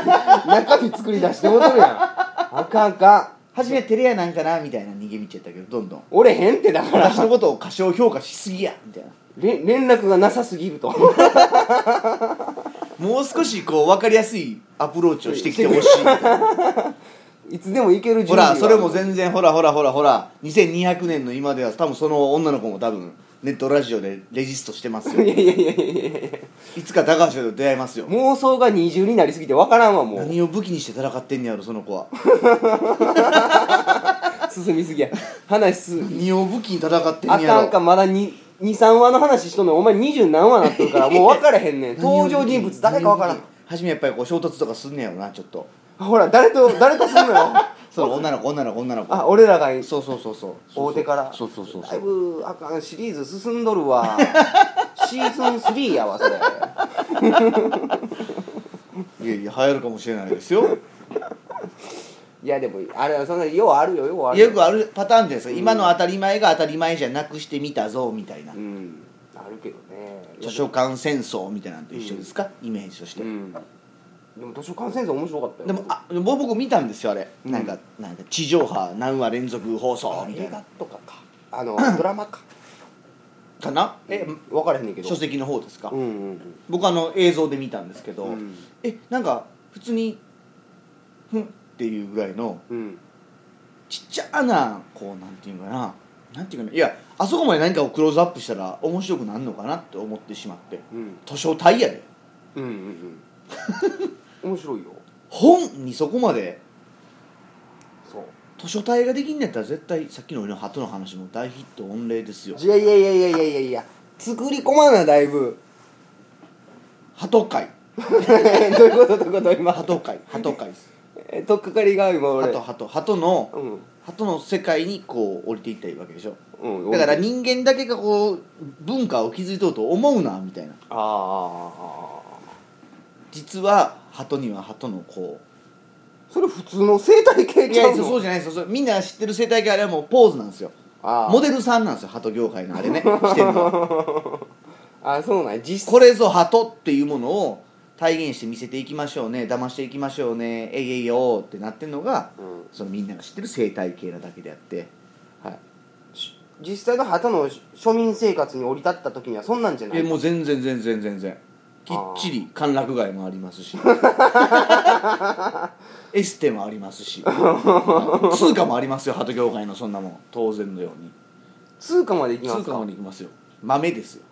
[SPEAKER 2] 中身作り出してもとるやんあかんあかん
[SPEAKER 1] 初め照れ屋なんかなみたいな逃げ道やったけどどんどん
[SPEAKER 2] 俺へんってだから
[SPEAKER 1] 私のことを過小評価しすぎやみたいな
[SPEAKER 2] れ連絡がなさすぎると
[SPEAKER 1] もう少しこう分かりやすいアプローチをしてきてほしい
[SPEAKER 2] いつでも行ける準
[SPEAKER 1] ほ
[SPEAKER 2] 備は
[SPEAKER 1] らそれも全然ほらほらほらほら2200年の今では多分その女の子も多分ネットラジオでレジストしてますよ
[SPEAKER 2] いやいやいやいやいや
[SPEAKER 1] いつか高橋と出会いますよ
[SPEAKER 2] 妄想が二重になりすぎてわからんわもう
[SPEAKER 1] 何を武器にして戦ってんねやろその子は
[SPEAKER 2] 進みすぎや話す
[SPEAKER 1] 何を武器に戦ってん
[SPEAKER 2] あ
[SPEAKER 1] ねや
[SPEAKER 2] かん
[SPEAKER 1] ろ
[SPEAKER 2] かまだ23話の話しとんのにお前二十何話なってるからもう分からへ んねん登場人物誰か分からん
[SPEAKER 1] 初めやっぱりこう衝突とかすんねやろなちょっと
[SPEAKER 2] ほら誰と誰とするのよ
[SPEAKER 1] その女の子女の子女の子
[SPEAKER 2] あ俺らが
[SPEAKER 1] そうそうそうそう
[SPEAKER 2] 大手から
[SPEAKER 1] そうそうそう
[SPEAKER 2] だ
[SPEAKER 1] そ
[SPEAKER 2] いうぶあかんシリーズ進んど るわシーズン3やわそれ
[SPEAKER 1] いやいや流行るかもしれないですよ
[SPEAKER 2] いやでもあれはそんなようあるよようある
[SPEAKER 1] よくあるパターンじゃないですか、今の当たり前が当たり前じゃなくしてみたぞみたいな、
[SPEAKER 2] うんあるけどね
[SPEAKER 1] 図書館戦争みたいなのと一緒ですか、イメージとして、
[SPEAKER 2] うんでも図書館戦争面白かったよ
[SPEAKER 1] でもあでも僕見たんですよあれ、
[SPEAKER 2] うん
[SPEAKER 1] なんかなんか地上波何話連続放送みた
[SPEAKER 2] 映
[SPEAKER 1] い
[SPEAKER 2] 画
[SPEAKER 1] な
[SPEAKER 2] とかかあのドラマか
[SPEAKER 1] かな
[SPEAKER 2] え分からへんねんけど
[SPEAKER 1] 書籍の方ですか、
[SPEAKER 2] うんうん
[SPEAKER 1] 僕あの映像で見たんですけ
[SPEAKER 2] う
[SPEAKER 1] ど、
[SPEAKER 2] ん
[SPEAKER 1] えなんか普通にふんっていうぐらいの
[SPEAKER 2] うん
[SPEAKER 1] ちっちゃなこうなんていうのかななんていうかないやあそこまで何かをクローズアップしたら面白くなるのかなって思ってしまって
[SPEAKER 2] うん
[SPEAKER 1] 図書体やで
[SPEAKER 2] うんうんうん面白いよ
[SPEAKER 1] 本にそこまで
[SPEAKER 2] そう
[SPEAKER 1] 図書体ができんねやったら絶対さっきの俺の鳩の話も大ヒット御礼ですよ
[SPEAKER 2] いやいやいやいやいやいやいや作り込まなだいぶ
[SPEAKER 1] 鳩会
[SPEAKER 2] どういうことどういうこと今
[SPEAKER 1] 鳩会鳩会です
[SPEAKER 2] えとっかかりが今俺
[SPEAKER 1] 鳩鳩鳩の
[SPEAKER 2] うん
[SPEAKER 1] 鳩の世界にこう降りていったらいいわけでしょ
[SPEAKER 2] うん
[SPEAKER 1] だから人間だけがこう文化を築いとうと思うなみたいな
[SPEAKER 2] ああ
[SPEAKER 1] 実は鳩には鳩のこう
[SPEAKER 2] それ普通の生態系
[SPEAKER 1] い
[SPEAKER 2] ち
[SPEAKER 1] や
[SPEAKER 2] ゃ
[SPEAKER 1] そううそ
[SPEAKER 2] の
[SPEAKER 1] うじゃないですよそうみんな知ってる生態系あれはもうポーズなんですよ
[SPEAKER 2] あー
[SPEAKER 1] モデルさんなんですよ鳩業界のあれねしてるのは
[SPEAKER 2] あーそうなんや実
[SPEAKER 1] これぞ鳩っていうものを体現して見せていきましょうね騙していきましょうねえいえいよーってなってるのが
[SPEAKER 2] うん
[SPEAKER 1] そのみんなが知ってる生態系なだけであって
[SPEAKER 2] はいし実際の旗の庶民生活に降り立った時にはそんなんじゃない
[SPEAKER 1] えもう全然全然全然きっちり歓楽街もあります しエステもあります し通貨もありますよ鳩業界のそんなもん当然のように
[SPEAKER 2] 通貨まで行きま
[SPEAKER 1] 通
[SPEAKER 2] す
[SPEAKER 1] 貨
[SPEAKER 2] か
[SPEAKER 1] までいきますよ豆ですよ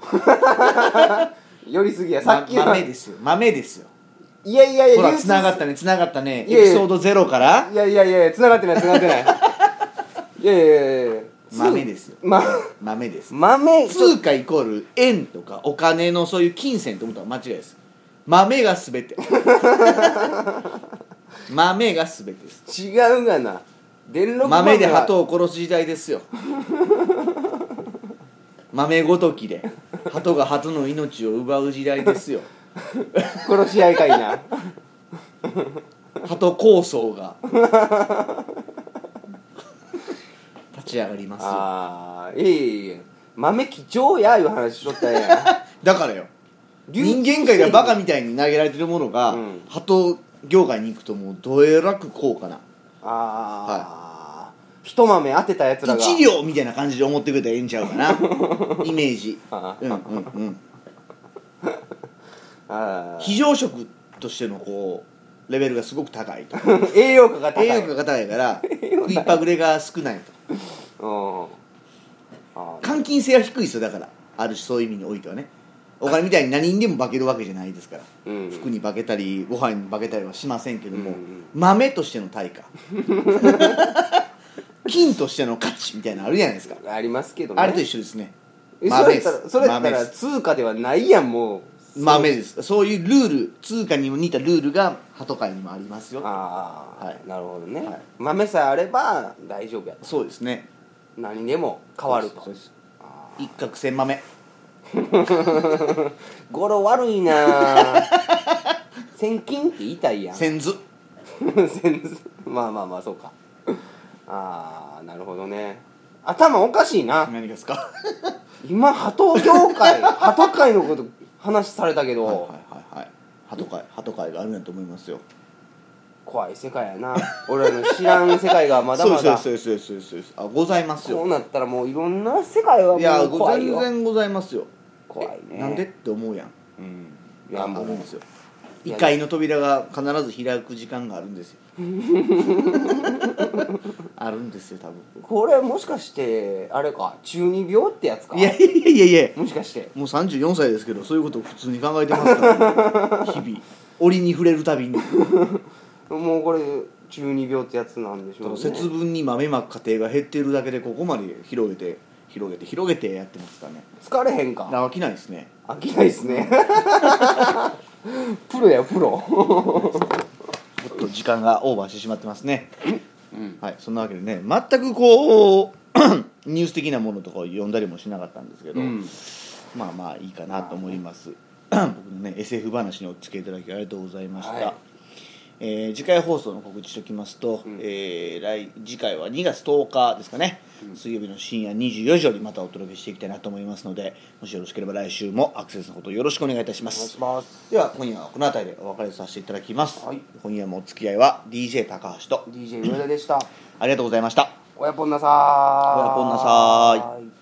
[SPEAKER 2] 寄りすぎやさっきの、
[SPEAKER 1] ま豆ですよ豆ですよ
[SPEAKER 2] いやいやいや
[SPEAKER 1] ほら
[SPEAKER 2] 流通
[SPEAKER 1] つながったねつながったねエ
[SPEAKER 2] いやいや
[SPEAKER 1] ピソード0から
[SPEAKER 2] いやいやいや繋がってない繋がって ないいやいやいやいや
[SPEAKER 1] 豆ですよ
[SPEAKER 2] ま
[SPEAKER 1] 豆です
[SPEAKER 2] 豆ちょ
[SPEAKER 1] 通貨イコール円とかお金のそういう金銭と思ったら間違いです豆が全 て豆が全てです
[SPEAKER 2] 違うがな電力
[SPEAKER 1] 豆で
[SPEAKER 2] は
[SPEAKER 1] 鳩を殺す時代ですよ豆ごときで鳩が鳩の命を奪う時代ですよ
[SPEAKER 2] 殺し合いか いな
[SPEAKER 1] 鳩構想が立ち上がりますよ
[SPEAKER 2] ああいやいやいや豆貴重やいう話しとったや
[SPEAKER 1] だからよ
[SPEAKER 2] ん流
[SPEAKER 1] 人
[SPEAKER 2] 通
[SPEAKER 1] 間界がバカみたいに投げられてるものが、
[SPEAKER 2] うん
[SPEAKER 1] 鳩業界に行くともうどえらく高価な
[SPEAKER 2] ああ、一豆当てたやつらが
[SPEAKER 1] 一両みたいな感じで思ってくれたらええんちゃうか なイメージ
[SPEAKER 2] あ
[SPEAKER 1] うんうんうん
[SPEAKER 2] あー
[SPEAKER 1] 非常食としてのこうレベルがすごく高いと
[SPEAKER 2] 栄養価が高い
[SPEAKER 1] 栄養価が高いから食いっぱぐれが少ないと
[SPEAKER 2] うんあー
[SPEAKER 1] 換金性は低いですよだからある種そういう意味においてはねお金みたいに何にでも化けるわけじゃないですから、
[SPEAKER 2] うん
[SPEAKER 1] 服に化けたりご飯に化けたりはしませんけども、
[SPEAKER 2] うんうん
[SPEAKER 1] 豆としての対 価金としての価値みたいなのあるじゃないですか、
[SPEAKER 2] ありますけどね
[SPEAKER 1] あれと一緒ですね
[SPEAKER 2] えそ
[SPEAKER 1] 豆
[SPEAKER 2] れ
[SPEAKER 1] で
[SPEAKER 2] やった
[SPEAKER 1] す
[SPEAKER 2] らそれやった
[SPEAKER 1] 豆で
[SPEAKER 2] ら
[SPEAKER 1] す
[SPEAKER 2] 通貨ではないやんもう
[SPEAKER 1] 豆ですそういうルール通貨にも似たルールが鳩会にもありますよ
[SPEAKER 2] ああ、
[SPEAKER 1] はい
[SPEAKER 2] なるほどね、
[SPEAKER 1] はい
[SPEAKER 2] 豆さえあれば大丈夫やと
[SPEAKER 1] そうですね
[SPEAKER 2] 何でも変わると
[SPEAKER 1] そうですそうです
[SPEAKER 2] あ
[SPEAKER 1] 一攫千豆
[SPEAKER 2] ー語呂悪いなぁ 千金って言いたいやん
[SPEAKER 1] 千図
[SPEAKER 2] 先生まあまあまあそうかああなるほどね頭おかしいな
[SPEAKER 1] 何ですか
[SPEAKER 2] 今鳩業界 鳩界のこと話されたけ ど、
[SPEAKER 1] はいはいはいはい鳩会鳩会があるんやと思いますよ
[SPEAKER 2] 怖い世界やな俺らの知らん世界がまだまだ
[SPEAKER 1] そうですそうですそうですそうですあございます
[SPEAKER 2] こう
[SPEAKER 1] よ
[SPEAKER 2] なったらもういろんな世界はい
[SPEAKER 1] や
[SPEAKER 2] もう
[SPEAKER 1] ご
[SPEAKER 2] 怖い
[SPEAKER 1] 全
[SPEAKER 2] よ
[SPEAKER 1] 然ございますよ
[SPEAKER 2] 怖いね
[SPEAKER 1] なんでって思うやん
[SPEAKER 2] うん
[SPEAKER 1] い
[SPEAKER 2] いや
[SPEAKER 1] や
[SPEAKER 2] も
[SPEAKER 1] も
[SPEAKER 2] う
[SPEAKER 1] うですよ異界の扉が必ず開く時間があるんです よあるんですよ多分
[SPEAKER 2] これもしかしてあれか中二病ってやつか
[SPEAKER 1] いやいやいやいやいや
[SPEAKER 2] もしかして
[SPEAKER 1] もう34歳ですけどそういうことを普通に考えてますから、日々折に触れるた びに
[SPEAKER 2] もうこれ中二病ってやつなんでしょうね
[SPEAKER 1] 節分に豆まく過程が減っているだけでここまで広げて広げて広げてやってますからね
[SPEAKER 2] 疲れへんか
[SPEAKER 1] 飽きないですね
[SPEAKER 2] 飽きないですね プロやプロ
[SPEAKER 1] ちょっと時間がオーバーしてしまってますね
[SPEAKER 2] うん
[SPEAKER 1] はいそんなわけでね全くこう ニュース的なものとかを読んだりもしなかったんですけど、
[SPEAKER 2] うん
[SPEAKER 1] まあまあいいかなと思います、僕のね SF 話にお付き合いいただきありがとうございました、
[SPEAKER 2] はい
[SPEAKER 1] えー次回放送の告知しておきますと、
[SPEAKER 2] うん
[SPEAKER 1] えー来次回は2月10日ですかね、水曜日の深夜24時よりまたお届けしていきたいなと思いますのでもしよろしければ来週もアクセスのほどよろしくお願いいたしま
[SPEAKER 2] お願い
[SPEAKER 1] す
[SPEAKER 2] します
[SPEAKER 1] では今夜はこの辺りでお別れさせていただきます、
[SPEAKER 2] はい
[SPEAKER 1] 今夜もお付き合いは DJ 高橋と
[SPEAKER 2] DJ 上田でした
[SPEAKER 1] ありがとうございました
[SPEAKER 2] おやぽんなさーい
[SPEAKER 1] おやぽんなさ
[SPEAKER 2] ーい